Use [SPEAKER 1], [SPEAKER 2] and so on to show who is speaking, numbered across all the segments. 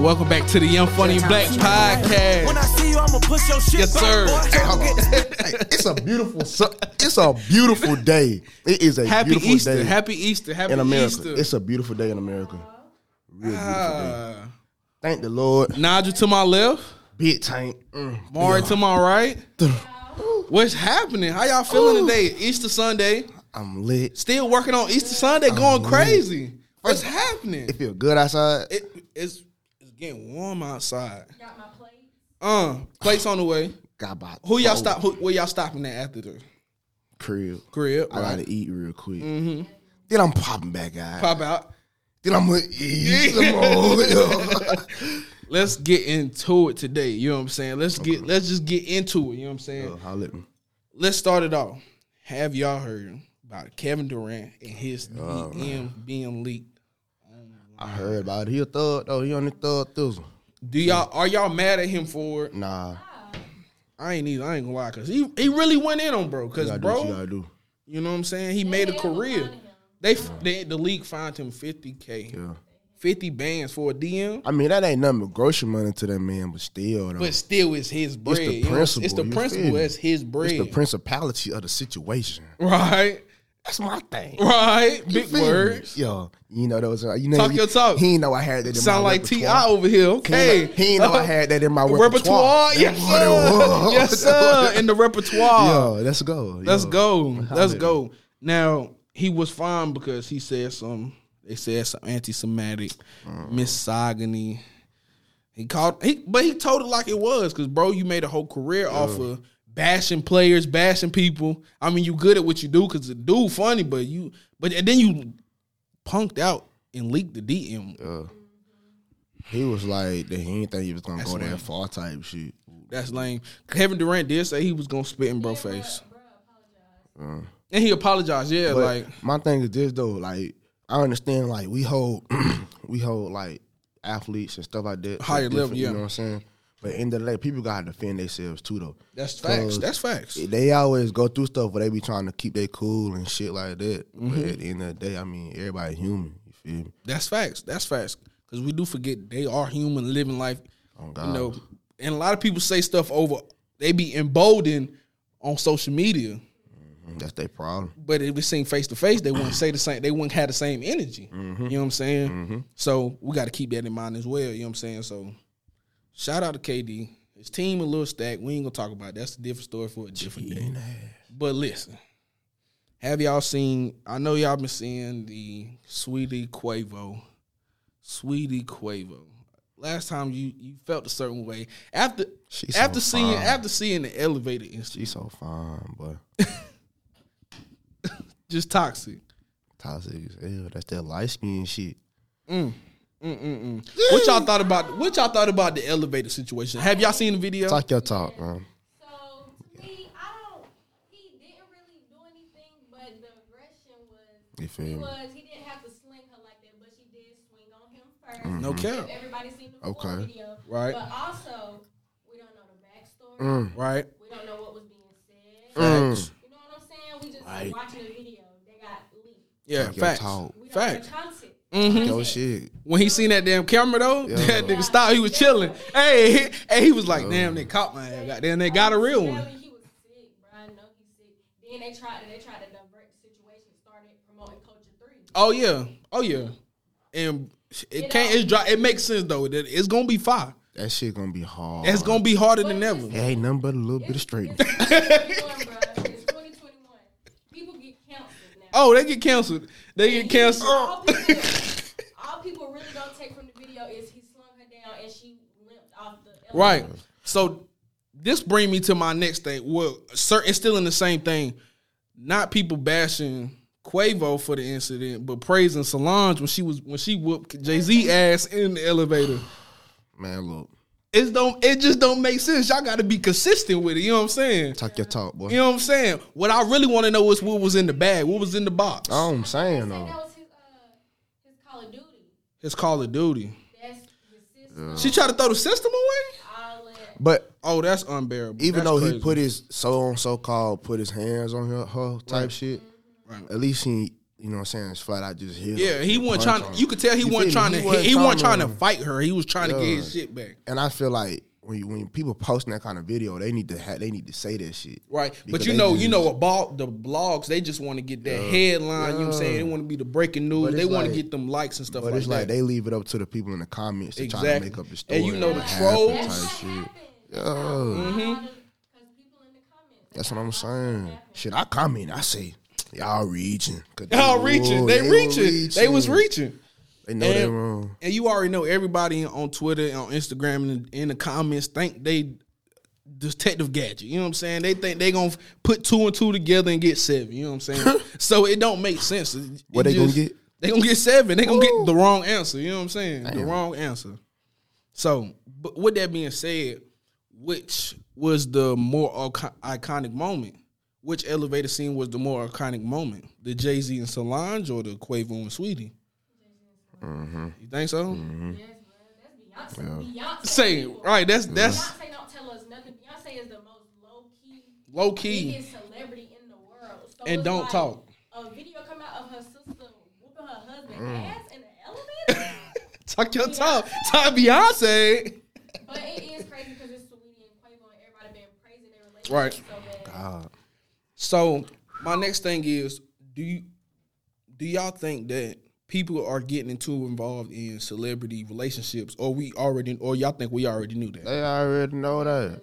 [SPEAKER 1] Welcome back to the Young Funny Black
[SPEAKER 2] When I
[SPEAKER 1] Podcast.
[SPEAKER 2] see you, I'ma push your shit
[SPEAKER 1] Yes,
[SPEAKER 2] back,
[SPEAKER 1] sir.
[SPEAKER 2] boy.
[SPEAKER 3] Hey, hold on. Hey, it's a beautiful. su- It's a beautiful day. It is a
[SPEAKER 1] Happy
[SPEAKER 3] beautiful
[SPEAKER 1] Easter.
[SPEAKER 3] day
[SPEAKER 1] Happy Easter. Happy
[SPEAKER 3] in America.
[SPEAKER 1] Easter.
[SPEAKER 3] It's a beautiful day in America. Real beautiful day.
[SPEAKER 1] uh,
[SPEAKER 3] Thank the Lord.
[SPEAKER 1] Nigel to my left,
[SPEAKER 3] Big tank. Mm.
[SPEAKER 1] Mari to my right. What's happening? How y'all feeling today? Easter Sunday.
[SPEAKER 3] I'm lit.
[SPEAKER 1] Still working on Easter Sunday,
[SPEAKER 3] Oh,
[SPEAKER 1] going crazy. What's happening?
[SPEAKER 3] It feel good outside.
[SPEAKER 1] It, it's, it's getting warm outside.
[SPEAKER 4] Got my plate.
[SPEAKER 1] Uh, place on the way.
[SPEAKER 3] Got about
[SPEAKER 1] Who y'all
[SPEAKER 3] four
[SPEAKER 1] stop? Who, where y'all stopping at after the
[SPEAKER 3] Crib.
[SPEAKER 1] crib? Mm-hmm.
[SPEAKER 3] I gotta eat real quick. Then I'm popping back out.
[SPEAKER 1] Pop out.
[SPEAKER 3] Then I'm gonna eat some more.
[SPEAKER 1] Let's get into it today. You know what I'm saying? Let's get let's just get into it. You know what I'm saying?
[SPEAKER 3] Yo, holla at me.
[SPEAKER 1] Let's start it off. Have y'all heard about Kevin Durant and his
[SPEAKER 3] Oh,
[SPEAKER 1] DM being leaked?
[SPEAKER 3] I heard about it. He a thug though. He on the thug thizzle.
[SPEAKER 1] Do y'all are y'all mad at him for it?
[SPEAKER 3] Nah.
[SPEAKER 1] I ain't either. I ain't gonna lie, cause he he really went in on bro. Cause
[SPEAKER 3] You gotta do what you
[SPEAKER 1] bro,
[SPEAKER 3] gotta do.
[SPEAKER 1] you know what I'm saying? He made a career. They, f they the league fined him 50k,
[SPEAKER 3] Yeah.
[SPEAKER 1] 50 bands for a DM.
[SPEAKER 3] I mean, that ain't nothing but grocery money to that man, but still, though,
[SPEAKER 1] But still, it's his bread.
[SPEAKER 3] the
[SPEAKER 1] you know? It's
[SPEAKER 3] principle,
[SPEAKER 1] the
[SPEAKER 3] you
[SPEAKER 1] principle.
[SPEAKER 3] feel me?
[SPEAKER 1] It's his bread.
[SPEAKER 3] it's the principality of the situation.
[SPEAKER 1] right,
[SPEAKER 3] That's my thing.
[SPEAKER 1] right.
[SPEAKER 3] You
[SPEAKER 1] Big
[SPEAKER 3] feel me?
[SPEAKER 1] words.
[SPEAKER 3] Yo, you know those. Are, you know,
[SPEAKER 1] Talk
[SPEAKER 3] he,
[SPEAKER 1] your talk.
[SPEAKER 3] He ain't know I had that. In
[SPEAKER 1] Sound
[SPEAKER 3] my
[SPEAKER 1] like Ti
[SPEAKER 3] repertoire.
[SPEAKER 1] over here.
[SPEAKER 3] He ain't
[SPEAKER 1] Okay,
[SPEAKER 3] know- He ain't know I had that in my
[SPEAKER 1] The repertoire.
[SPEAKER 3] repertoire.
[SPEAKER 1] Yes,
[SPEAKER 3] That's what it
[SPEAKER 1] sir.
[SPEAKER 3] was.
[SPEAKER 1] yes, sir. In the repertoire.
[SPEAKER 3] Yo, let's go.
[SPEAKER 1] Let's
[SPEAKER 3] Yo.
[SPEAKER 1] go. Let's go. Now he was fine because he said some. They said some anti-Semitic,
[SPEAKER 3] Mm.
[SPEAKER 1] misogyny. He called he, but he told it like it was because bro, you made a whole career off of bashing players, bashing people. I mean, you good at what you do because the dude funny, but you, but and then you punked out and leaked the DM.
[SPEAKER 3] He was like, that he didn't think he was gonna go
[SPEAKER 1] lame.
[SPEAKER 3] that far type shit.
[SPEAKER 1] That's lame. Kevin Durant did say he was gonna spit in bro face, Uh. and he apologized. Yeah,
[SPEAKER 3] But
[SPEAKER 1] like
[SPEAKER 3] my thing is this though, like I understand, like we hold, we hold like athletes and stuff like that to
[SPEAKER 1] Higher level,
[SPEAKER 3] different-
[SPEAKER 1] yeah.
[SPEAKER 3] You know what I'm saying? But end of the day, people gotta defend themselves too though.
[SPEAKER 1] that's facts.
[SPEAKER 3] Cause
[SPEAKER 1] That's facts.
[SPEAKER 3] They always go through stuff where they be trying to keep they cool and shit like that.
[SPEAKER 1] Mm-hmm.
[SPEAKER 3] But at the end of the day, I mean, everybody human. You feel me?
[SPEAKER 1] That's facts. That's facts. Because we do forget they are human living life. You
[SPEAKER 3] Oh, God.
[SPEAKER 1] know, and a lot of people say stuff over. They be emboldened on social media,
[SPEAKER 3] That's their problem.
[SPEAKER 1] but if we seen face to face, they wouldn't say the same. They wouldn't have the same energy.
[SPEAKER 3] Mm-hmm.
[SPEAKER 1] You know what I'm saying? So we got to keep that in mind as well. You know what I'm saying? So shout out to KD, his team, a little stack. We ain't gonna talk about it. that's a different story for a different day. But listen, have y'all seen? I know y'all been seeing the Sweetie Quavo, Sweetie Quavo. Last time you you felt a certain way after
[SPEAKER 3] She's so
[SPEAKER 1] after seeing
[SPEAKER 3] fine.
[SPEAKER 1] after seeing the elevator incident,
[SPEAKER 3] She's so fine, boy.
[SPEAKER 1] just toxic.
[SPEAKER 3] Toxic as hell. That's that light skin shit.
[SPEAKER 1] What y'all thought about what y'all thought about the elevator situation? Have y'all seen the video?
[SPEAKER 3] Talk your talk, man.
[SPEAKER 4] So to me, I don't. He didn't really do anything, but the aggression was.
[SPEAKER 3] You feel
[SPEAKER 4] He
[SPEAKER 3] me?
[SPEAKER 4] was. He didn't have to sling her like that, but she did swing on him first.
[SPEAKER 3] Mm-hmm.
[SPEAKER 1] No cap.
[SPEAKER 4] Everybody seen the
[SPEAKER 3] Mm. Okay.
[SPEAKER 4] full video,
[SPEAKER 1] Right.
[SPEAKER 4] But also, we don't know the backstory.
[SPEAKER 3] Mm.
[SPEAKER 1] Right?
[SPEAKER 4] We don't know what was being said.
[SPEAKER 1] Facts.
[SPEAKER 4] You know what I'm saying? We just
[SPEAKER 3] Right.
[SPEAKER 4] watching the video. They got leaked.
[SPEAKER 1] Yeah,
[SPEAKER 3] Talk your
[SPEAKER 1] facts.
[SPEAKER 3] talk.
[SPEAKER 4] We don't
[SPEAKER 1] Facts.
[SPEAKER 4] know the content.
[SPEAKER 3] Yo, shit.
[SPEAKER 1] When he seen that damn camera though, that
[SPEAKER 3] Yeah.
[SPEAKER 1] nigga stopped. He was chilling. Hey, hey, he was like, damn, they caught my ass. Goddamn, they got a real one.
[SPEAKER 4] Smelly, He was sick, bro. I know he's sick. Then they tried to they tried to divert the situation, started promoting culture three.
[SPEAKER 1] Oh yeah, oh yeah, and it
[SPEAKER 4] You
[SPEAKER 1] can't.
[SPEAKER 4] know-
[SPEAKER 1] It's dry. It makes sense though. That it's gonna be fire.
[SPEAKER 3] That shit gonna be hard.
[SPEAKER 1] It's gonna be harder than
[SPEAKER 4] But it's-
[SPEAKER 1] ever.
[SPEAKER 3] It ain't nothing but a little bit of straightening.
[SPEAKER 4] It's 2021, bro. It's 2021. People get canceled now.
[SPEAKER 1] Oh, they get canceled. They get
[SPEAKER 4] All
[SPEAKER 1] canceled.
[SPEAKER 4] people, all people really don't take from the video is he slung her down and she limped off the elevator.
[SPEAKER 1] Right. So this bring me to my next thing. Well, sir, it's still in the same thing. Not people bashing Quavo for the incident, but praising Solange when she was when she whooped Jay Z ass in the elevator.
[SPEAKER 3] Man, look.
[SPEAKER 1] It's don't. It just don't make sense. Y'all got to be consistent with it. You know what I'm saying?
[SPEAKER 3] Talk your talk, boy.
[SPEAKER 1] You know what I'm saying? What I really want to know is what was in the bag, what was in the box.
[SPEAKER 3] Oh, I'm saying
[SPEAKER 4] Say
[SPEAKER 3] though.
[SPEAKER 4] that was his, uh, his Call of Duty.
[SPEAKER 1] It's Call of Duty.
[SPEAKER 4] That's his system,
[SPEAKER 1] She tried to throw the system away.
[SPEAKER 4] all that.
[SPEAKER 3] But
[SPEAKER 1] Oh, that's unbearable. That's
[SPEAKER 3] even though
[SPEAKER 1] crazy.
[SPEAKER 3] he put his so on so called put his hands on her, her type shit,
[SPEAKER 1] Right.
[SPEAKER 3] at least he you know what I'm saying, it's flat out just hit. her.
[SPEAKER 1] Yeah, he wasn't
[SPEAKER 3] Punch
[SPEAKER 1] trying.
[SPEAKER 3] her.
[SPEAKER 1] You could tell he
[SPEAKER 3] You
[SPEAKER 1] wasn't
[SPEAKER 3] feel
[SPEAKER 1] trying
[SPEAKER 3] me?
[SPEAKER 1] to.
[SPEAKER 3] He
[SPEAKER 1] He, he wasn't trying to
[SPEAKER 3] her.
[SPEAKER 1] fight her. He was trying to get his
[SPEAKER 3] Yeah.
[SPEAKER 1] shit back.
[SPEAKER 3] And I feel like when you, when people posting that kind of video, they need to ha- they need to say that shit.
[SPEAKER 1] Right. but
[SPEAKER 3] Because
[SPEAKER 1] you
[SPEAKER 3] they
[SPEAKER 1] know,
[SPEAKER 3] just-
[SPEAKER 1] you know about the blogs, they just want to get that headline, you know what I'm saying? They want to be the breaking news.
[SPEAKER 3] But
[SPEAKER 1] They
[SPEAKER 3] it's
[SPEAKER 1] want to
[SPEAKER 3] like-
[SPEAKER 1] get them likes and stuff
[SPEAKER 3] But
[SPEAKER 1] like
[SPEAKER 3] it's
[SPEAKER 1] that.
[SPEAKER 3] like they leave it up to the people in the comments to try to
[SPEAKER 1] Exactly.
[SPEAKER 3] make up the story.
[SPEAKER 1] And you know
[SPEAKER 3] or
[SPEAKER 1] the
[SPEAKER 3] what
[SPEAKER 1] trolls-
[SPEAKER 3] happened
[SPEAKER 4] That's what
[SPEAKER 3] type shit.
[SPEAKER 4] happened.
[SPEAKER 3] Yeah.
[SPEAKER 4] Because people in the comments.
[SPEAKER 3] That's what I'm saying. Shit, I comment. I say, y'all reaching. 'Cause they-
[SPEAKER 1] Y'all reaching.
[SPEAKER 3] whoa,
[SPEAKER 1] They,
[SPEAKER 3] were
[SPEAKER 1] reaching. They was reaching.
[SPEAKER 3] They know they
[SPEAKER 1] And-
[SPEAKER 3] wrong.
[SPEAKER 1] And you already know everybody on Twitter, and on Instagram, and in the comments think they Detective Gadget. You know what I'm saying? They think they gonna put two and two together and get seven. You know what I'm saying? so it don't make sense. It-
[SPEAKER 3] What
[SPEAKER 1] it
[SPEAKER 3] they gonna get?
[SPEAKER 1] They gonna get seven. They gonna get the wrong answer. You know what I'm saying? The wrong answer. So, but with that being said, which was the more icon- iconic moment? Which elevator scene was the more iconic moment? The Jay Z and Solange, or the Quavo and Sweetie?
[SPEAKER 3] Mm-hmm.
[SPEAKER 1] You think so?
[SPEAKER 4] Yes, bro. That's Beyonce. Beyonce.
[SPEAKER 1] Say right. That's that's
[SPEAKER 4] Beyonce don't tell us nothing. Beyonce is the most low key.
[SPEAKER 3] Mm-hmm.
[SPEAKER 1] low key.
[SPEAKER 4] biggest celebrity in the world. So
[SPEAKER 1] And
[SPEAKER 4] it's
[SPEAKER 1] don't
[SPEAKER 4] like
[SPEAKER 1] talk.
[SPEAKER 4] A video come out of her sister whooping her husband
[SPEAKER 1] Mm.
[SPEAKER 4] ass in the elevator.
[SPEAKER 1] Talk your talk. Talk Beyonce.
[SPEAKER 4] but it is crazy because it's Sweetie and Quavo and everybody been praising their relationship
[SPEAKER 1] Right.
[SPEAKER 4] so bad.
[SPEAKER 1] So my next thing is, do you do y'all think that people are getting too involved in celebrity relationships, or we already, or y'all think we already knew that?
[SPEAKER 3] They already know that.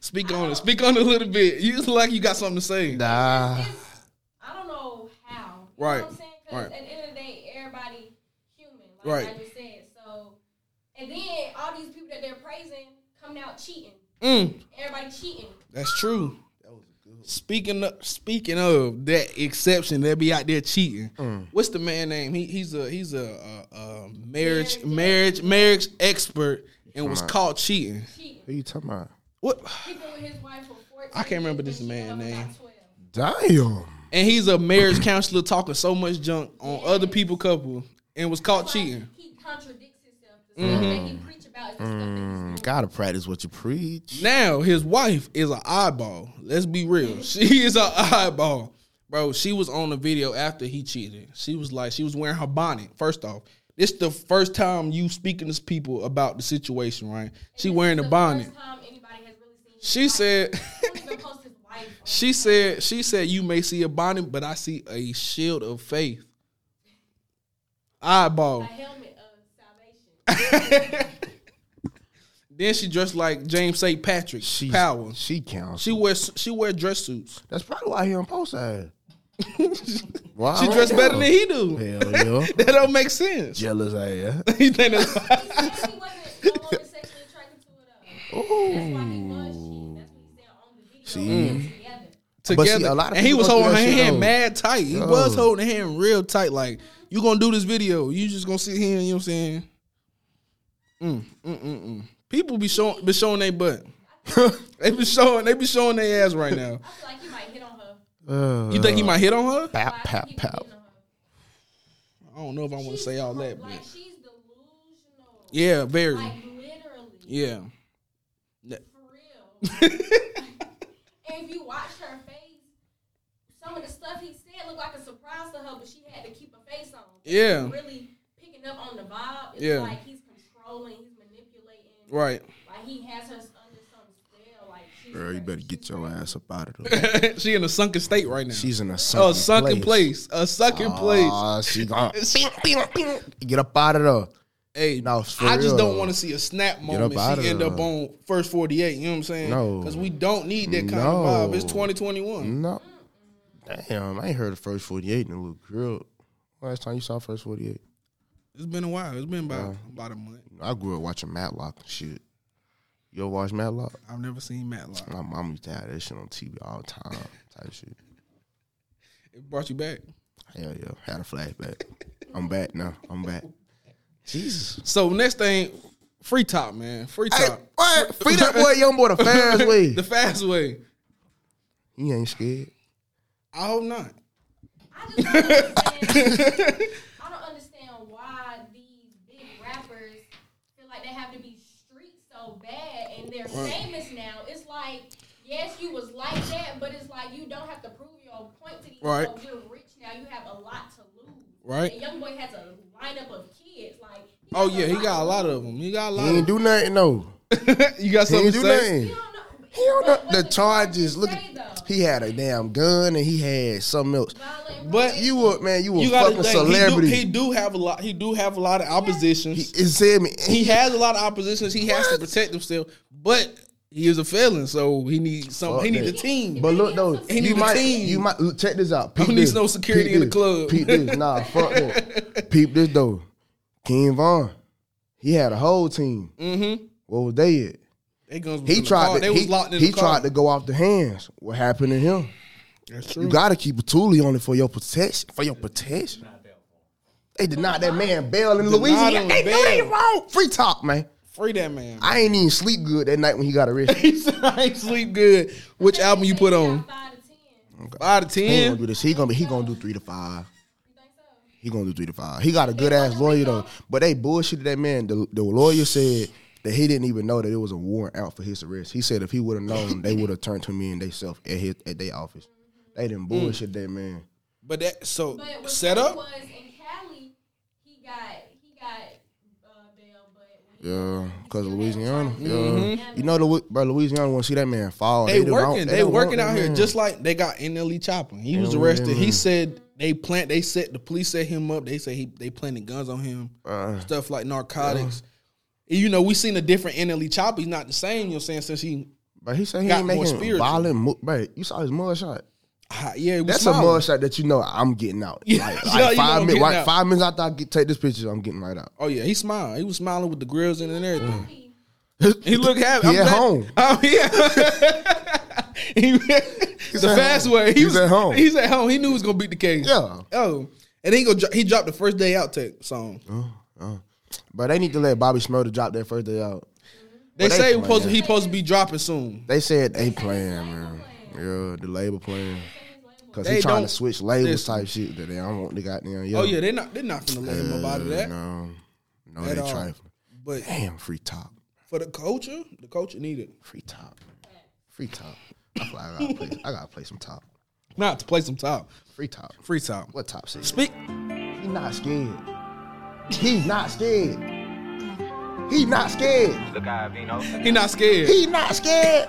[SPEAKER 1] Speak on it. Speak on it a little bit. You look like you got something to say.
[SPEAKER 3] Nah.
[SPEAKER 4] It's, I don't know how. You
[SPEAKER 1] Right.
[SPEAKER 4] Know what I'm saying? 'Cause
[SPEAKER 1] Right.
[SPEAKER 4] At the end of the day, everybody human. Like
[SPEAKER 1] Right.
[SPEAKER 4] I just said. So, and then all these people that they're praising coming out cheating.
[SPEAKER 1] Mm,
[SPEAKER 4] Everybody cheating.
[SPEAKER 1] that's true. Speaking of, speaking of that exception that be out there cheating, what's the man name? He, he's a he's a, a, a marriage
[SPEAKER 4] Marriage
[SPEAKER 1] marriage marriage expert and was caught cheating.
[SPEAKER 4] Cheating.
[SPEAKER 3] Who you talking about?
[SPEAKER 1] What?
[SPEAKER 4] He been with his wife for 14
[SPEAKER 1] I can't remember
[SPEAKER 4] years
[SPEAKER 1] this
[SPEAKER 4] and she
[SPEAKER 1] man's
[SPEAKER 4] was about
[SPEAKER 1] name.
[SPEAKER 4] 12.
[SPEAKER 3] Damn.
[SPEAKER 1] And he's a marriage counselor talking so much junk on other people couple and was caught
[SPEAKER 4] Like,
[SPEAKER 1] cheating. Mm-hmm.
[SPEAKER 4] He contradicts himself. The stuff that he preach about is the stuff that
[SPEAKER 3] Mm, Gotta practice what you preach.
[SPEAKER 1] Now his wife is an eyeball. Let's be real. She is an eyeball. Bro, she was on the video after he cheated. She was like, she was wearing her bonnet. First off, this the first time you speaking to people about the situation, right? She
[SPEAKER 4] he's
[SPEAKER 1] wearing a
[SPEAKER 4] the
[SPEAKER 1] bonnet.
[SPEAKER 4] First time anybody has really seen his
[SPEAKER 1] She
[SPEAKER 4] wife.
[SPEAKER 1] said,
[SPEAKER 4] He don't even post his wife on
[SPEAKER 1] she said, she said, you may see a bonnet, but I see a shield of faith. Eyeball.
[SPEAKER 4] a helmet of salvation.
[SPEAKER 1] Then she dressed like James St. Patrick.
[SPEAKER 3] She's,
[SPEAKER 1] Power.
[SPEAKER 3] She counts.
[SPEAKER 1] She wears she wear dress suits.
[SPEAKER 3] That's probably why he on post that. Why?
[SPEAKER 1] She dressed better than he do.
[SPEAKER 3] Hell Oh, yeah.
[SPEAKER 1] That don't make sense.
[SPEAKER 3] Jealous ass.
[SPEAKER 1] you think that's
[SPEAKER 4] He said he wasn't no longer sexually attracted to it up. That's why he was cheating. That's what he said on the video. when they were together.
[SPEAKER 1] together?
[SPEAKER 3] see, a lot of
[SPEAKER 1] and he
[SPEAKER 3] people
[SPEAKER 1] was
[SPEAKER 3] go through
[SPEAKER 1] holding her
[SPEAKER 3] that shit,
[SPEAKER 1] hand
[SPEAKER 3] though.
[SPEAKER 1] mad tight. He was holding her hand real tight. Like you gonna do this video? You just gonna sit here? and You know what I'm saying? Mm, mm, mm, mm. People be showing be showing their butt. they be showing they be showing their ass right now.
[SPEAKER 4] I feel like he might hit on her.
[SPEAKER 3] Uh,
[SPEAKER 1] Mm. You think he might hit on her?
[SPEAKER 3] pow,
[SPEAKER 4] I
[SPEAKER 3] pow,
[SPEAKER 4] think he was
[SPEAKER 3] pow.
[SPEAKER 4] hitting on her.
[SPEAKER 1] I don't know if I want to
[SPEAKER 4] She's
[SPEAKER 1] say all
[SPEAKER 4] cr-
[SPEAKER 1] that,
[SPEAKER 4] Like,
[SPEAKER 1] but
[SPEAKER 4] she's delusional.
[SPEAKER 1] yeah, very.
[SPEAKER 4] Like, literally.
[SPEAKER 1] Yeah.
[SPEAKER 4] For real. and if you watch her face, some of the stuff he said looked like a surprise to her, but she had to keep her face on.
[SPEAKER 1] Yeah.
[SPEAKER 4] Really picking up on the vibe. It's
[SPEAKER 1] Yeah.
[SPEAKER 4] like he's controlling, he's manipulating.
[SPEAKER 1] right.
[SPEAKER 4] Like he has her under some spell. Like she's
[SPEAKER 3] Girl, you
[SPEAKER 4] crazy.
[SPEAKER 3] better get
[SPEAKER 4] She's
[SPEAKER 3] your
[SPEAKER 4] crazy.
[SPEAKER 3] ass up out of there.
[SPEAKER 1] she in a sunken state right now.
[SPEAKER 3] She's in a sunken,
[SPEAKER 1] a Oh, sunken place. A sunken place.
[SPEAKER 3] Aw, she gone. get up out of there.
[SPEAKER 1] Hey,
[SPEAKER 3] No, for
[SPEAKER 1] I just
[SPEAKER 3] real.
[SPEAKER 1] don't want to see a snap moment.
[SPEAKER 3] up outta
[SPEAKER 1] She end
[SPEAKER 3] there.
[SPEAKER 1] up on first forty eight. You know what I'm saying?
[SPEAKER 3] No.
[SPEAKER 1] because we don't need that kind
[SPEAKER 3] No. Mm.
[SPEAKER 1] of vibe. It's 2021.
[SPEAKER 3] No. Damn, I ain't heard of First 48 in a little girl. Last time you saw First 48.
[SPEAKER 1] It's been a while. It's been about about a month.
[SPEAKER 3] I grew up watching Matlock and shit. You ever watch Matlock?
[SPEAKER 1] I've never seen Matlock.
[SPEAKER 3] My mom used to have that shit on TV all the time. Type shit.
[SPEAKER 1] It brought you back.
[SPEAKER 3] Hell yeah. Had a flashback. I'm back now. I'm back. Jesus.
[SPEAKER 1] So next thing, free top man, free
[SPEAKER 3] Hey,
[SPEAKER 1] top.
[SPEAKER 3] what? Free that boy, young boy, the fast way.
[SPEAKER 1] the fast way.
[SPEAKER 3] He ain't scared.
[SPEAKER 1] I hope not.
[SPEAKER 4] I just don't understand. I don't understand why these big rappers feel like they have to be street so bad and they're famous now. It's like yes, you was like that, but it's like you don't have to prove your point to these
[SPEAKER 1] Right.
[SPEAKER 4] people. You're rich now. You have a lot to lose.
[SPEAKER 1] Right.
[SPEAKER 4] And young boy has a lineup of kids. Like. he
[SPEAKER 1] Oh
[SPEAKER 4] has
[SPEAKER 1] yeah, he got a
[SPEAKER 4] lineup.
[SPEAKER 1] lot of them. He got a
[SPEAKER 3] He
[SPEAKER 1] lot.
[SPEAKER 3] ain't
[SPEAKER 1] Of
[SPEAKER 3] do nothing though.
[SPEAKER 1] you got
[SPEAKER 3] He
[SPEAKER 1] something
[SPEAKER 3] ain't
[SPEAKER 1] to
[SPEAKER 3] do
[SPEAKER 1] say?
[SPEAKER 3] nothing.
[SPEAKER 4] You don't know.
[SPEAKER 3] He don't
[SPEAKER 4] but
[SPEAKER 3] know
[SPEAKER 4] what
[SPEAKER 3] the
[SPEAKER 4] did
[SPEAKER 3] charges.
[SPEAKER 4] say,
[SPEAKER 3] Look, at,
[SPEAKER 4] though?
[SPEAKER 3] he had a damn gun and he had something else.
[SPEAKER 4] Violent
[SPEAKER 1] But
[SPEAKER 4] prohibition.
[SPEAKER 3] You were man, you were
[SPEAKER 1] You got
[SPEAKER 3] fucking
[SPEAKER 1] to think
[SPEAKER 3] celebrity.
[SPEAKER 1] He do, he do have a lot. He do have a lot of oppositions.
[SPEAKER 3] It said me.
[SPEAKER 1] He, has a lot of oppositions. He has to protect himself, but he is a felon, so he needs some.
[SPEAKER 3] Fuck
[SPEAKER 1] he needs a
[SPEAKER 3] that.
[SPEAKER 1] team.
[SPEAKER 3] But look though,
[SPEAKER 4] He
[SPEAKER 1] need
[SPEAKER 3] you
[SPEAKER 1] a
[SPEAKER 3] might,
[SPEAKER 1] team.
[SPEAKER 3] you might look, check this out. Peep
[SPEAKER 1] Don't need
[SPEAKER 3] this.
[SPEAKER 1] no security
[SPEAKER 3] Peep
[SPEAKER 1] in the
[SPEAKER 3] this.
[SPEAKER 1] club.
[SPEAKER 3] Peep this, nah, fuck that. Peep this though. King Von, he had a whole team.
[SPEAKER 1] mm-hmm.
[SPEAKER 3] What was they at?
[SPEAKER 1] They guns was
[SPEAKER 3] He
[SPEAKER 1] in the
[SPEAKER 3] tried
[SPEAKER 1] car.
[SPEAKER 3] to.
[SPEAKER 1] They
[SPEAKER 3] he
[SPEAKER 1] was locked in
[SPEAKER 3] he
[SPEAKER 1] the car.
[SPEAKER 3] tried to go off the hands. What happened to him?
[SPEAKER 1] That's
[SPEAKER 3] You gotta keep a toolie on it for your protection. For your protection. They denied that man bail in Louisiana.
[SPEAKER 1] him
[SPEAKER 3] They know they
[SPEAKER 1] bail.
[SPEAKER 3] wrong. Free talk, man.
[SPEAKER 1] Free that man.
[SPEAKER 3] I ain't even sleep good that night when he got arrested.
[SPEAKER 1] He said, I ain't sleep good. Which album you put on?
[SPEAKER 4] Five to ten.
[SPEAKER 1] Out of
[SPEAKER 3] He ain't gonna
[SPEAKER 1] ten.
[SPEAKER 3] do this. He gonna be. He gonna do three to five.
[SPEAKER 4] You think so?
[SPEAKER 3] He gonna do three to five. He got a good ass lawyer though. But they bullshitted that man. The, the lawyer said that he didn't even know that it was a warrant out for his arrest. He said if he would have known, they would have turned him in themselves at his at their office. They didn't bullshit that man.
[SPEAKER 1] But that so
[SPEAKER 4] But what
[SPEAKER 1] set
[SPEAKER 4] he
[SPEAKER 1] up.
[SPEAKER 4] was in Cali, he got he got uh, bail, but when he
[SPEAKER 3] Yeah, cause of Louisiana. Yeah,
[SPEAKER 4] Mhm.
[SPEAKER 3] you know the Lu- bro, Louisiana want to see that man fall.
[SPEAKER 1] Mm-hmm. They,
[SPEAKER 3] don't-
[SPEAKER 1] working. They,
[SPEAKER 3] don't want
[SPEAKER 1] working
[SPEAKER 3] that
[SPEAKER 1] out here
[SPEAKER 3] man.
[SPEAKER 1] just like they got NLE Chopper. He was
[SPEAKER 3] don't want
[SPEAKER 1] arrested.
[SPEAKER 3] that
[SPEAKER 1] He
[SPEAKER 3] man.
[SPEAKER 1] said they plant. They set the police set him up. They say he they planted guns on him.
[SPEAKER 3] Uh,
[SPEAKER 1] stuff like narcotics. And, You know, we seen a different NLE Chopper. He's not the same. You know, what I'm saying since he,
[SPEAKER 3] but he said he
[SPEAKER 1] got
[SPEAKER 3] ain't
[SPEAKER 1] more
[SPEAKER 3] making
[SPEAKER 1] spiritual.
[SPEAKER 3] violent. Mo- bro, you saw his mugshot.
[SPEAKER 1] ah, yeah, he was
[SPEAKER 3] That's
[SPEAKER 1] smiling.
[SPEAKER 3] a mugshot that you know I'm getting out.
[SPEAKER 1] Yeah,
[SPEAKER 3] like,
[SPEAKER 1] you
[SPEAKER 3] like
[SPEAKER 1] know, you know I'm
[SPEAKER 3] five minutes.
[SPEAKER 1] getting
[SPEAKER 3] Like,
[SPEAKER 1] out.
[SPEAKER 3] five minutes after I get, take this picture, I'm getting right out.
[SPEAKER 1] Oh yeah, he smiled. He was smiling with the grills in and everything.
[SPEAKER 4] he-
[SPEAKER 1] He looked happy.
[SPEAKER 3] Mm. He
[SPEAKER 1] I'm glad-
[SPEAKER 3] at home.
[SPEAKER 1] Oh yeah. he, the
[SPEAKER 3] at
[SPEAKER 1] fast
[SPEAKER 3] home.
[SPEAKER 1] way. He
[SPEAKER 3] He's
[SPEAKER 1] was
[SPEAKER 3] at home.
[SPEAKER 1] He's at home. He knew he was gonna beat the case.
[SPEAKER 3] Yeah.
[SPEAKER 1] Oh, and then he go. dro- He dropped the first day outtake song.
[SPEAKER 3] But they need to let Bobby Schmurder drop that first day out.
[SPEAKER 1] They
[SPEAKER 3] they
[SPEAKER 1] say he
[SPEAKER 3] playing.
[SPEAKER 1] supposed to, he supposed to be dropping soon.
[SPEAKER 3] They said they playing, man. Yeah, the label playing. Cause
[SPEAKER 1] They
[SPEAKER 3] he trying
[SPEAKER 1] don't-
[SPEAKER 3] to switch labels
[SPEAKER 1] listen.
[SPEAKER 3] type shit that they don't want the goddamn.
[SPEAKER 1] Oh yeah, they're not they're not gonna let him about
[SPEAKER 3] Uh,
[SPEAKER 1] that.
[SPEAKER 3] No, no,
[SPEAKER 1] At
[SPEAKER 3] they
[SPEAKER 1] all.
[SPEAKER 3] trifling.
[SPEAKER 1] But
[SPEAKER 3] Damn, free top,
[SPEAKER 1] for the culture, the culture needed
[SPEAKER 3] free top, free top. I feel like I gotta play. I gotta play some top.
[SPEAKER 1] not to play some top,
[SPEAKER 3] Free top.
[SPEAKER 1] free top.
[SPEAKER 3] What top shit?
[SPEAKER 1] Speak.
[SPEAKER 3] He not scared. He not scared. He not scared.
[SPEAKER 5] Look out, Vino.
[SPEAKER 1] He not scared.
[SPEAKER 3] He not scared.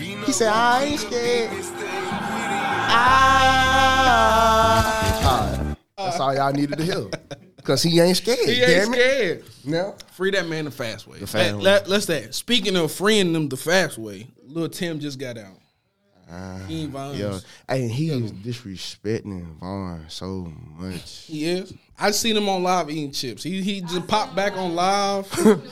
[SPEAKER 3] He said, I ain't scared. Ah. That's all y'all needed to hear. Because he ain't scared.
[SPEAKER 1] He ain't
[SPEAKER 3] damn it.
[SPEAKER 1] scared.
[SPEAKER 3] No.
[SPEAKER 1] Free that man the fast way.
[SPEAKER 3] fast
[SPEAKER 1] Let-
[SPEAKER 3] way.
[SPEAKER 1] let- let's that. Speaking of freeing them the fast way, Lil Tim just got out.
[SPEAKER 3] Ah,
[SPEAKER 1] King Vines.
[SPEAKER 3] Yeah. And he is disrespecting Vaughn so much.
[SPEAKER 1] He is. I seen him on live eating chips. He he just popped back on live.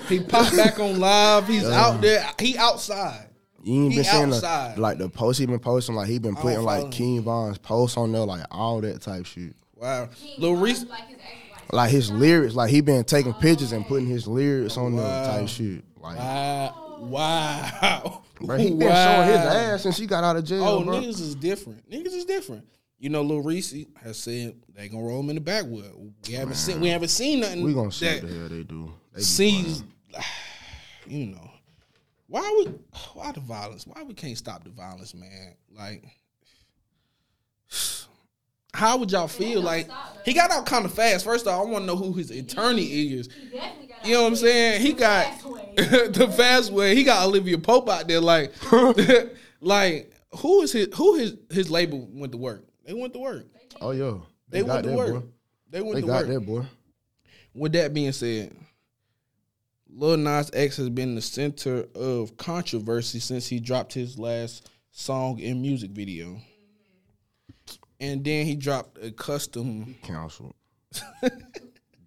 [SPEAKER 1] he popped back on live. He's out there. He outside.
[SPEAKER 3] You ain't
[SPEAKER 1] He
[SPEAKER 3] been seeing the,
[SPEAKER 1] outside.
[SPEAKER 3] like the posts he been posting, like he been putting
[SPEAKER 1] follow
[SPEAKER 3] like
[SPEAKER 1] him.
[SPEAKER 3] King Vaughn's posts on there, like all that type shit.
[SPEAKER 1] Wow.
[SPEAKER 4] he
[SPEAKER 1] Lil
[SPEAKER 4] was
[SPEAKER 1] Reese.
[SPEAKER 4] like his ex-wife.
[SPEAKER 3] Like his lyrics, like he been taking pictures and putting his lyrics on
[SPEAKER 1] Wow.
[SPEAKER 3] there type shit. Like
[SPEAKER 1] Wow. Ah, Wow.
[SPEAKER 3] Bro, he been
[SPEAKER 1] Wow.
[SPEAKER 3] showing his ass since he got out of jail,
[SPEAKER 1] Oh,
[SPEAKER 3] bro.
[SPEAKER 1] niggas is different. Niggas is different. You know, Lil Reese has said they gonna roll him in the backwood. We haven't seen we haven't seen nothing.
[SPEAKER 3] We gonna see
[SPEAKER 1] that
[SPEAKER 3] what the hell they do. They be
[SPEAKER 1] sees, you know, why we why the violence? Why we can't stop the violence, man? Like, how would y'all feel? Like, he got out kind of fast. First off, I want to know who his attorney is.
[SPEAKER 4] He definitely got
[SPEAKER 1] You know what I'm saying? He got the fast way. He got Olivia Pope out there. Like, like who is his? Who his his label went to work? They went to work.
[SPEAKER 3] flying. Oh yeah,
[SPEAKER 1] They, went to
[SPEAKER 3] that,
[SPEAKER 1] work.
[SPEAKER 3] Boy.
[SPEAKER 1] They went
[SPEAKER 3] They
[SPEAKER 1] to
[SPEAKER 3] got
[SPEAKER 1] work.
[SPEAKER 3] that boy.
[SPEAKER 1] With that being said, Lil Nas X has been the center of controversy since he dropped his last song and music video. And then he dropped a custom.
[SPEAKER 3] Counsel.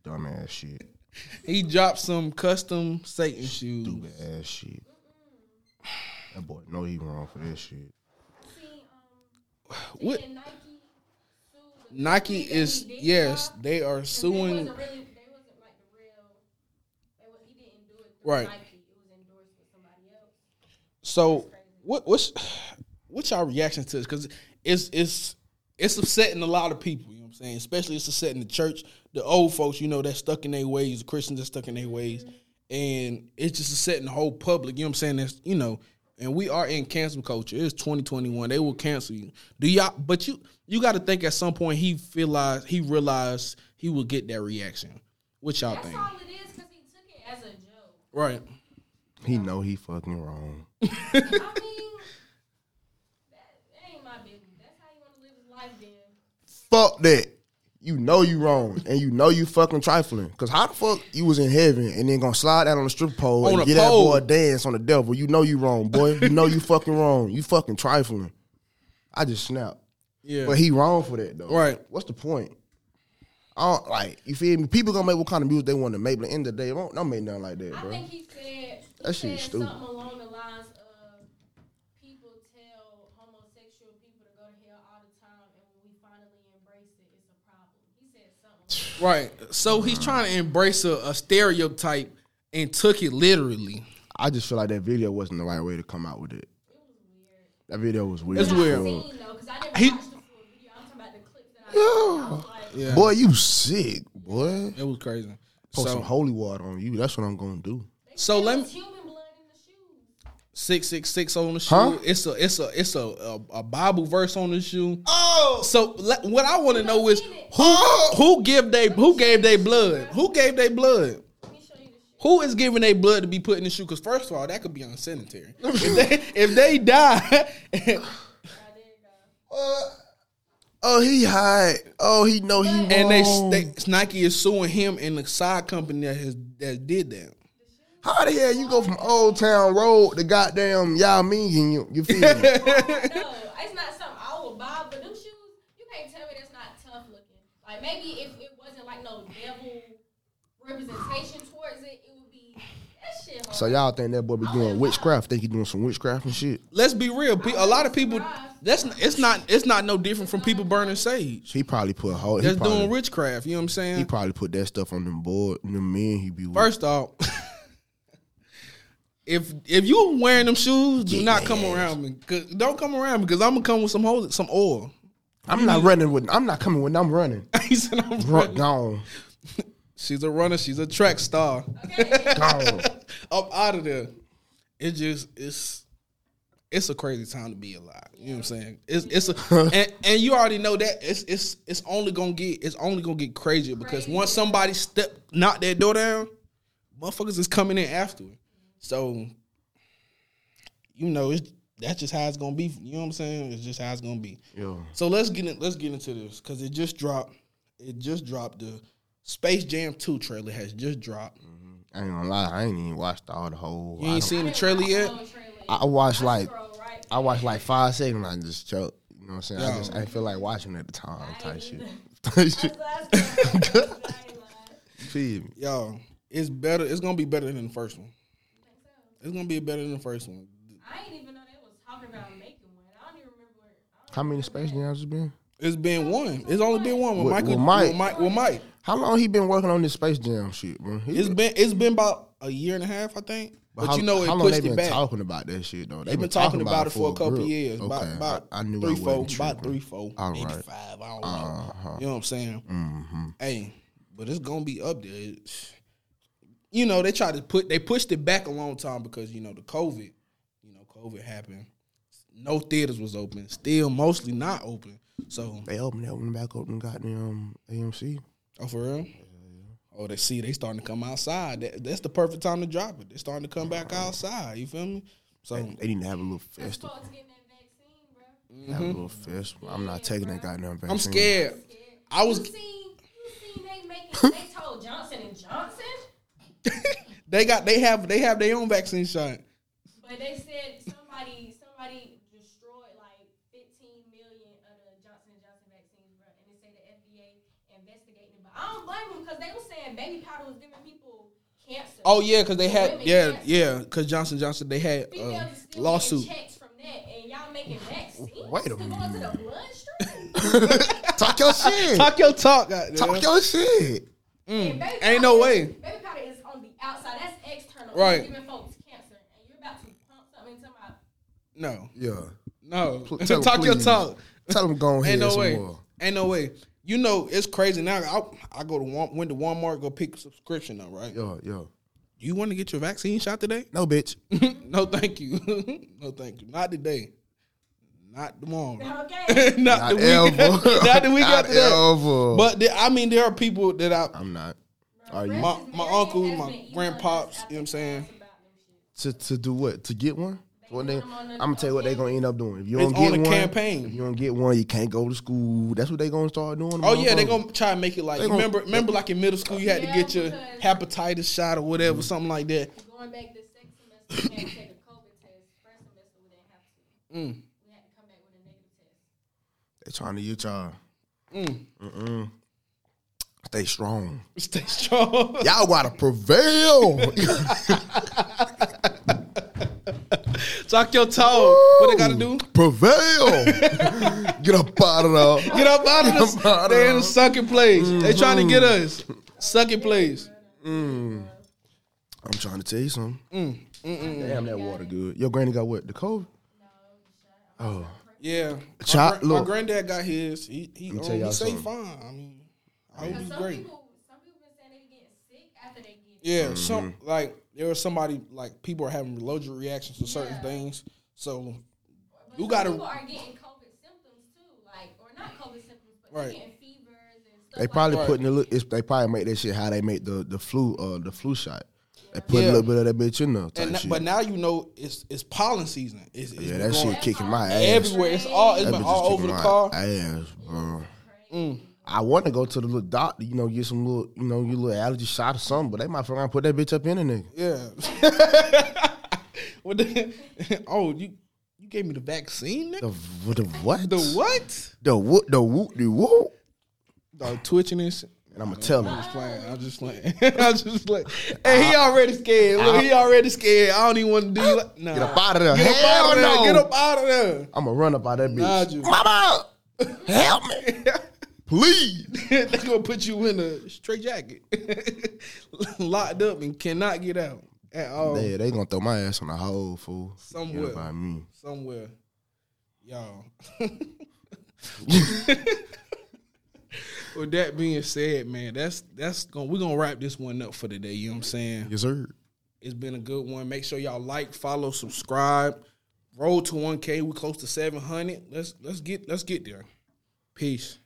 [SPEAKER 3] Dumbass shit.
[SPEAKER 1] He dropped some custom Satan shoes.
[SPEAKER 3] Stupid ass shit. That boy know he wrong for that shit.
[SPEAKER 1] What
[SPEAKER 4] um, And Nike sued the
[SPEAKER 1] Nike
[SPEAKER 4] company that
[SPEAKER 1] is?
[SPEAKER 4] he did
[SPEAKER 1] Yes,
[SPEAKER 4] drop,
[SPEAKER 1] they are
[SPEAKER 4] and they
[SPEAKER 1] suing.
[SPEAKER 4] wasn't really- they wasn't like the real- they wa- he didn't do it through
[SPEAKER 1] Right.
[SPEAKER 4] Nike. It was endorsed with somebody else.
[SPEAKER 1] So what what's what's our reaction to this? Because it's it's it's upsetting a lot of people. You know what I'm saying? Especially it's upsetting the church, the old folks. You know that's stuck in their ways. The Christians are stuck in their ways, and it's just upsetting the whole public. You know what I'm saying? That's you know and we are in cancel culture. It's 2021. They will cancel you. Do y'all? But you you got to think at some point he realized he realized he will get that reaction. What y'all
[SPEAKER 4] That's
[SPEAKER 1] think?
[SPEAKER 4] all it is because he took it as a joke.
[SPEAKER 1] Right.
[SPEAKER 3] He know he fucking wrong.
[SPEAKER 4] I mean, that, that ain't my business. That's how you want to live his life, then.
[SPEAKER 3] Fuck that. You know you wrong, and you know you fucking trifling. Cause how the fuck you was in heaven and then gonna slide out on the strip pole
[SPEAKER 1] On a
[SPEAKER 3] and get
[SPEAKER 1] pole.
[SPEAKER 3] that boy a dance on the devil? You know you wrong, boy. You know you fucking wrong. You fucking trifling. I just snapped.
[SPEAKER 1] Yeah.
[SPEAKER 3] But he wrong for that though.
[SPEAKER 1] Right.
[SPEAKER 3] What's the point? I don't like you feel me. People gonna make what kind of music they want to make, but at the end of the day, don't, don't make nothing like that,
[SPEAKER 4] I
[SPEAKER 3] bro.
[SPEAKER 4] think he said, he
[SPEAKER 3] That shit
[SPEAKER 4] said
[SPEAKER 3] is stupid.
[SPEAKER 4] something along the lines of people tell homosexual people to go to hell all the time, and when we finally embrace it, it's a problem. He said something.
[SPEAKER 1] Right. So he's trying to embrace a, a stereotype and took it literally.
[SPEAKER 3] I just feel like that video wasn't the right way to come out with it. That video was weird.
[SPEAKER 1] It's
[SPEAKER 3] as
[SPEAKER 1] weird.
[SPEAKER 3] fuck.
[SPEAKER 4] Seen, though, 'cause I never
[SPEAKER 1] He-
[SPEAKER 4] watched the full video. I'm talking about the clip that I saw. I was like,
[SPEAKER 1] Yeah.
[SPEAKER 3] Boy, you sick, boy.
[SPEAKER 1] It was crazy.
[SPEAKER 3] Pour some
[SPEAKER 1] So,
[SPEAKER 3] holy water on you. That's what I'm gonna do.
[SPEAKER 1] so let me
[SPEAKER 4] it's human blood in the shoes.
[SPEAKER 1] six six six on the shoe.
[SPEAKER 3] Huh?
[SPEAKER 1] It's a it's a it's a, a a Bible verse on the shoe. Oh, so le- what I want to know is who who give they who gave they blood? Who gave they blood?
[SPEAKER 4] Let me show you the shoe.
[SPEAKER 1] Who is giving their blood to be put in the shoe? Because first of all, that could be unsanitary. if, they, if they die,
[SPEAKER 4] Right, there you go.
[SPEAKER 3] Oh, he high. Oh, he know he wrong.
[SPEAKER 1] and they,
[SPEAKER 3] Oh.
[SPEAKER 1] they Nike is suing him and the side company that has that did that.
[SPEAKER 3] how the hell you go from Old Town Road to goddamn Yao Ming? and You, you feel me?
[SPEAKER 4] no, it's not something I would buy, but them shoes, you can't tell me that's not tough looking. Like maybe if it wasn't like no devil representation towards it, it would be that shit. Hard.
[SPEAKER 3] so y'all think that boy be doing witchcraft? Think he doing some witchcraft and shit?
[SPEAKER 1] Let's be real. Pe- a lot of people. That's n- it's not it's not no different from people burning sage.
[SPEAKER 3] He probably put a whole. He
[SPEAKER 1] That's
[SPEAKER 3] probably,
[SPEAKER 1] doing witchcraft. You know what I'm
[SPEAKER 3] He
[SPEAKER 1] saying?
[SPEAKER 3] probably put that stuff on them board, them men he be with.
[SPEAKER 1] First off, if if you wearing them shoes, do not come around me. 'Cause- Don't come around me because I'm gonna come with some hol- some oil.
[SPEAKER 3] I'm not running with. I'm not coming when I'm running.
[SPEAKER 1] he said, I'm
[SPEAKER 3] Run,
[SPEAKER 1] running.
[SPEAKER 3] gone,
[SPEAKER 1] She's a runner. She's a track star.
[SPEAKER 3] gone.
[SPEAKER 1] Up out of there. It just it's it's a crazy time to be alive. You know what I'm saying? It's it's a and, and you already know that it's it's it's only gonna get it's only gonna get crazier because once somebody step knock that door down, motherfuckers is coming in afterward. So you know it's that's just how it's gonna be. You know what I'm saying? It's just how it's gonna be.
[SPEAKER 3] Yo,
[SPEAKER 1] So let's get in, let's get into this because it just dropped. It just dropped. The Space Jam Two trailer has just dropped.
[SPEAKER 3] I ain't gonna lie. I ain't even watched all the whole.
[SPEAKER 1] You
[SPEAKER 3] I
[SPEAKER 1] ain't
[SPEAKER 3] don't-
[SPEAKER 1] seen the trailer yet.
[SPEAKER 4] Oh, trailer.
[SPEAKER 3] I watched like
[SPEAKER 4] Bro, right?
[SPEAKER 3] I watched like five seconds. and I just choked. You know what I'm saying?
[SPEAKER 1] Yeah.
[SPEAKER 3] I just I didn't feel like watching at the time. Type shit. Type
[SPEAKER 4] That's good. I ain't lying.
[SPEAKER 3] shit. Feel me?
[SPEAKER 1] Yo, it's better. It's gonna be better than the first one. It's gonna be better than the first one.
[SPEAKER 4] I ain't even know they was talking about making one. I don't even remember. where- I don't
[SPEAKER 3] How many Space Jams has been?
[SPEAKER 1] It's been one. It's only been one with,
[SPEAKER 3] With-
[SPEAKER 1] Michael.
[SPEAKER 3] with Mike.
[SPEAKER 1] With Mike. With Mike.
[SPEAKER 3] How long he been working on this Space Jam shit, bro? He
[SPEAKER 1] It's
[SPEAKER 3] been-
[SPEAKER 1] been it's been about a year and a half, I think. But, you know, it
[SPEAKER 3] how long
[SPEAKER 1] pushed
[SPEAKER 3] they been
[SPEAKER 1] it back.
[SPEAKER 3] talking about that shit though?
[SPEAKER 1] They've been, talking about it for a couple years. About, about three, four, about three, four,
[SPEAKER 3] All
[SPEAKER 1] maybe
[SPEAKER 3] right. Uh-huh. Mm-hmm.
[SPEAKER 1] five. I don't know. You know what I'm saying? Hey, but it's gonna be up there. It's- you know, they tried to put they pushed it back a long time because you know the COVID. You know, COVID happened. No theaters was open. Still, mostly not open. So,
[SPEAKER 3] They opened that one back up and got um, goddamn AMC.
[SPEAKER 1] oh for real. Oh, they see they starting to come outside. That, that's the perfect time to drop it. They're starting to come back outside. You feel me? So
[SPEAKER 3] They need to have a little
[SPEAKER 4] These
[SPEAKER 3] festival.
[SPEAKER 4] Folks getting that vaccine, bro.
[SPEAKER 3] Have a little festival. I'm not taking that goddamn vaccine.
[SPEAKER 1] I'm scared. I
[SPEAKER 4] You
[SPEAKER 1] was
[SPEAKER 4] seen? You seen they making? They told Johnson and Johnson.
[SPEAKER 1] They got they have they have their own vaccine shot.
[SPEAKER 4] But they said somebody somebody destroyed like 15 million of the Johnson and Johnson vaccines, bro. And they say the FDA investigating it. But I don't blame them because they were saying baby powder was giving people cancer.
[SPEAKER 1] Oh yeah, because they had
[SPEAKER 4] Women
[SPEAKER 1] yeah
[SPEAKER 4] cancer.
[SPEAKER 1] yeah because Johnson Johnson they had uh,
[SPEAKER 4] Females is still
[SPEAKER 1] lawsuit.
[SPEAKER 4] getting checks from that, and y'all making vaccines
[SPEAKER 3] Wait a
[SPEAKER 4] to go into the bloodstream.
[SPEAKER 3] Talk your shit.
[SPEAKER 1] Talk
[SPEAKER 3] Talk,
[SPEAKER 1] your talk, uh, out there.
[SPEAKER 3] your shit.
[SPEAKER 4] And baby
[SPEAKER 1] Ain't no
[SPEAKER 4] powder-
[SPEAKER 1] way.
[SPEAKER 4] Baby powder is on the outside. That's external.
[SPEAKER 1] Right.
[SPEAKER 4] It's giving folks cancer, and you're about to pump something into my.
[SPEAKER 1] no
[SPEAKER 3] Yeah.
[SPEAKER 1] no
[SPEAKER 3] Pl- tell 'em,
[SPEAKER 1] talk your
[SPEAKER 3] please.
[SPEAKER 1] talk.
[SPEAKER 3] Tell them go ahead
[SPEAKER 1] Ain't no
[SPEAKER 3] some
[SPEAKER 1] way.
[SPEAKER 3] more.
[SPEAKER 1] Ain't no way. You know it's crazy now. I, I go to Wal- went to Walmart go pick subscription up right.
[SPEAKER 3] Yeah, yeah.
[SPEAKER 1] You want to get your vaccine shot today?
[SPEAKER 3] No, bitch.
[SPEAKER 1] no, thank you. no, thank you. Not today. Not tomorrow.
[SPEAKER 4] Okay.
[SPEAKER 1] not, the week.
[SPEAKER 3] ever.
[SPEAKER 1] not the week
[SPEAKER 3] Not
[SPEAKER 1] after that.
[SPEAKER 3] ever.
[SPEAKER 1] But there, I mean, there are people that I,
[SPEAKER 3] I'm not. Are you
[SPEAKER 1] my my uncle,
[SPEAKER 4] Has
[SPEAKER 1] my
[SPEAKER 4] been emailing
[SPEAKER 1] grandpops.
[SPEAKER 4] us
[SPEAKER 1] You know what I'm saying?
[SPEAKER 4] about them shit.
[SPEAKER 3] to to do what? To get one? One thing,
[SPEAKER 4] them on
[SPEAKER 3] I'm
[SPEAKER 4] the-
[SPEAKER 3] gonna tell you what they gonna end up doing. If you
[SPEAKER 1] It's
[SPEAKER 3] don't
[SPEAKER 1] on
[SPEAKER 3] get
[SPEAKER 1] a
[SPEAKER 3] one,
[SPEAKER 1] campaign.
[SPEAKER 3] if you don't get one, you can't go to school. That's what they gonna start doing.
[SPEAKER 1] Oh yeah, they
[SPEAKER 3] motherfucker.
[SPEAKER 1] gonna try and make it like
[SPEAKER 3] They gonna-
[SPEAKER 1] remember remember like in middle school you had
[SPEAKER 4] Yeah,
[SPEAKER 1] to get your
[SPEAKER 4] because-
[SPEAKER 1] hepatitis shot or
[SPEAKER 3] Mm.
[SPEAKER 1] whatever, something like that.
[SPEAKER 4] Going back this second semester, we had to take a COVID test. First semester, we didn't have to.
[SPEAKER 1] Mm.
[SPEAKER 4] We had to come back with a negative test.
[SPEAKER 3] They trying to get y'all.
[SPEAKER 1] Mm.
[SPEAKER 3] Mm-mm. Stay strong.
[SPEAKER 1] Stay strong.
[SPEAKER 3] Y'all gotta prevail.
[SPEAKER 1] Talk your talk. What they gotta do?
[SPEAKER 3] prevail. get up out of there.
[SPEAKER 1] Get up out of this.
[SPEAKER 3] Get up out of
[SPEAKER 1] They in a
[SPEAKER 3] there.
[SPEAKER 1] sucking place. They trying
[SPEAKER 3] Mm-hmm.
[SPEAKER 1] to get us. Sucking place.
[SPEAKER 3] I'm trying to tell you something. Damn, that water
[SPEAKER 1] Mm.
[SPEAKER 3] good. Your granny got what? The COVID? Oh,
[SPEAKER 1] Yeah. My,
[SPEAKER 3] Child-
[SPEAKER 1] gran- my
[SPEAKER 3] look.
[SPEAKER 1] granddad got his. He he,
[SPEAKER 3] me
[SPEAKER 1] um,
[SPEAKER 3] tell
[SPEAKER 1] he
[SPEAKER 3] y'all
[SPEAKER 1] say
[SPEAKER 3] something.
[SPEAKER 1] fine. I mean, I hope
[SPEAKER 4] Because
[SPEAKER 1] he's
[SPEAKER 4] some
[SPEAKER 1] great.
[SPEAKER 4] people, some people been saying they getting sick after they get it.
[SPEAKER 1] Yeah,
[SPEAKER 3] Mm-hmm.
[SPEAKER 1] some like there was somebody like people are having allergic reactions to certain
[SPEAKER 4] Yeah.
[SPEAKER 1] things. So
[SPEAKER 4] But
[SPEAKER 1] You
[SPEAKER 4] some
[SPEAKER 1] gotta-
[SPEAKER 4] People are getting COVID symptoms too, like or not COVID symptoms, but
[SPEAKER 1] Right.
[SPEAKER 4] they're getting fevers and stuff.
[SPEAKER 3] they probably
[SPEAKER 1] Right.
[SPEAKER 4] like
[SPEAKER 3] putting a little. It's, they probably make that shit how they make the the flu uh the flu shot. They put
[SPEAKER 1] Yeah.
[SPEAKER 3] a little bit of that bitch in there. Type
[SPEAKER 1] and,
[SPEAKER 3] shit.
[SPEAKER 1] but now you know it's it's pollen season. It's, it's
[SPEAKER 3] yeah,
[SPEAKER 1] been
[SPEAKER 3] that
[SPEAKER 1] going
[SPEAKER 3] shit kicking my ass.
[SPEAKER 1] everywhere. It's all it's
[SPEAKER 3] That
[SPEAKER 1] been
[SPEAKER 3] bitch
[SPEAKER 1] all
[SPEAKER 3] is
[SPEAKER 1] over the
[SPEAKER 3] kicking my
[SPEAKER 1] car. Mm.
[SPEAKER 3] Ass, bro. I want to go to the little doctor, you know, get some little, you know, your little allergy shot or something, but they might fuck around and put that bitch up in a nigga.
[SPEAKER 1] Yeah. what the, oh, you you gave me the vaccine? nigga?
[SPEAKER 3] The, v- the what?
[SPEAKER 1] The what?
[SPEAKER 3] The whoop, the whoop, the whoop.
[SPEAKER 1] Dog twitching this.
[SPEAKER 3] And I'm going to tell him.
[SPEAKER 1] I'm playing. I'm just playing. I'm just playing. Hey, he already scared. Look, he already scared. I don't even want to do. Like, nah.
[SPEAKER 3] Get up out of there.
[SPEAKER 1] Ah. Get up
[SPEAKER 3] Hell
[SPEAKER 1] out of
[SPEAKER 3] no.
[SPEAKER 1] there. Get up out of there.
[SPEAKER 3] I'm going to run up out of that bitch.
[SPEAKER 1] Nah, just-
[SPEAKER 3] Mama, help me. Please.
[SPEAKER 1] They're gonna put you in a straight jacket, locked up and cannot get out at all.
[SPEAKER 3] Yeah, they going to throw my ass on the hole, fool.
[SPEAKER 1] Somewhere.
[SPEAKER 3] Yeah, by me.
[SPEAKER 1] Somewhere, y'all. With that being said, man, that's that's gonna we're gonna wrap this one up for today. You know what I'm saying?
[SPEAKER 3] Yes, sir.
[SPEAKER 1] It's been a good one. Make sure y'all like, follow, subscribe. Roll to 1K. We close to 700. Let's let's get let's get there. Peace.